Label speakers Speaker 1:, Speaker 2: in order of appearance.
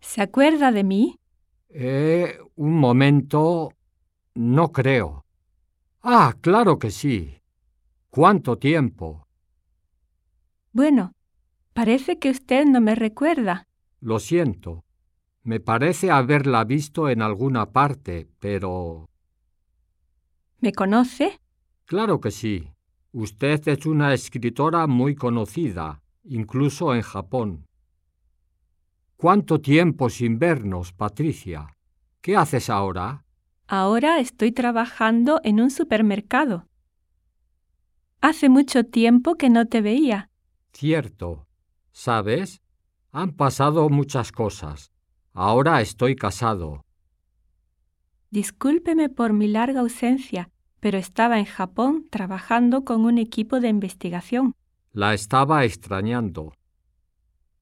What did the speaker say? Speaker 1: ¿Se acuerda de mí?
Speaker 2: Eh, un momento. No creo. Ah, claro que sí. ¿Cuánto tiempo?
Speaker 1: Bueno, parece que usted no me recuerda.
Speaker 2: Lo siento. Me parece haberla visto en alguna parte, pero...
Speaker 1: ¿Me conoce?
Speaker 2: Claro que sí. Usted es una escritora muy conocida, incluso en Japón. ¿Cuánto tiempo sin vernos, Patricia? ¿Qué haces ahora?
Speaker 1: Ahora estoy trabajando en un supermercado. Hace mucho tiempo que no te veía.
Speaker 2: Cierto. ¿Sabes? Han pasado muchas cosas. Ahora estoy casado.
Speaker 1: Discúlpeme por mi larga ausencia, pero estaba en Japón trabajando con un equipo de investigación.
Speaker 2: La estaba extrañando.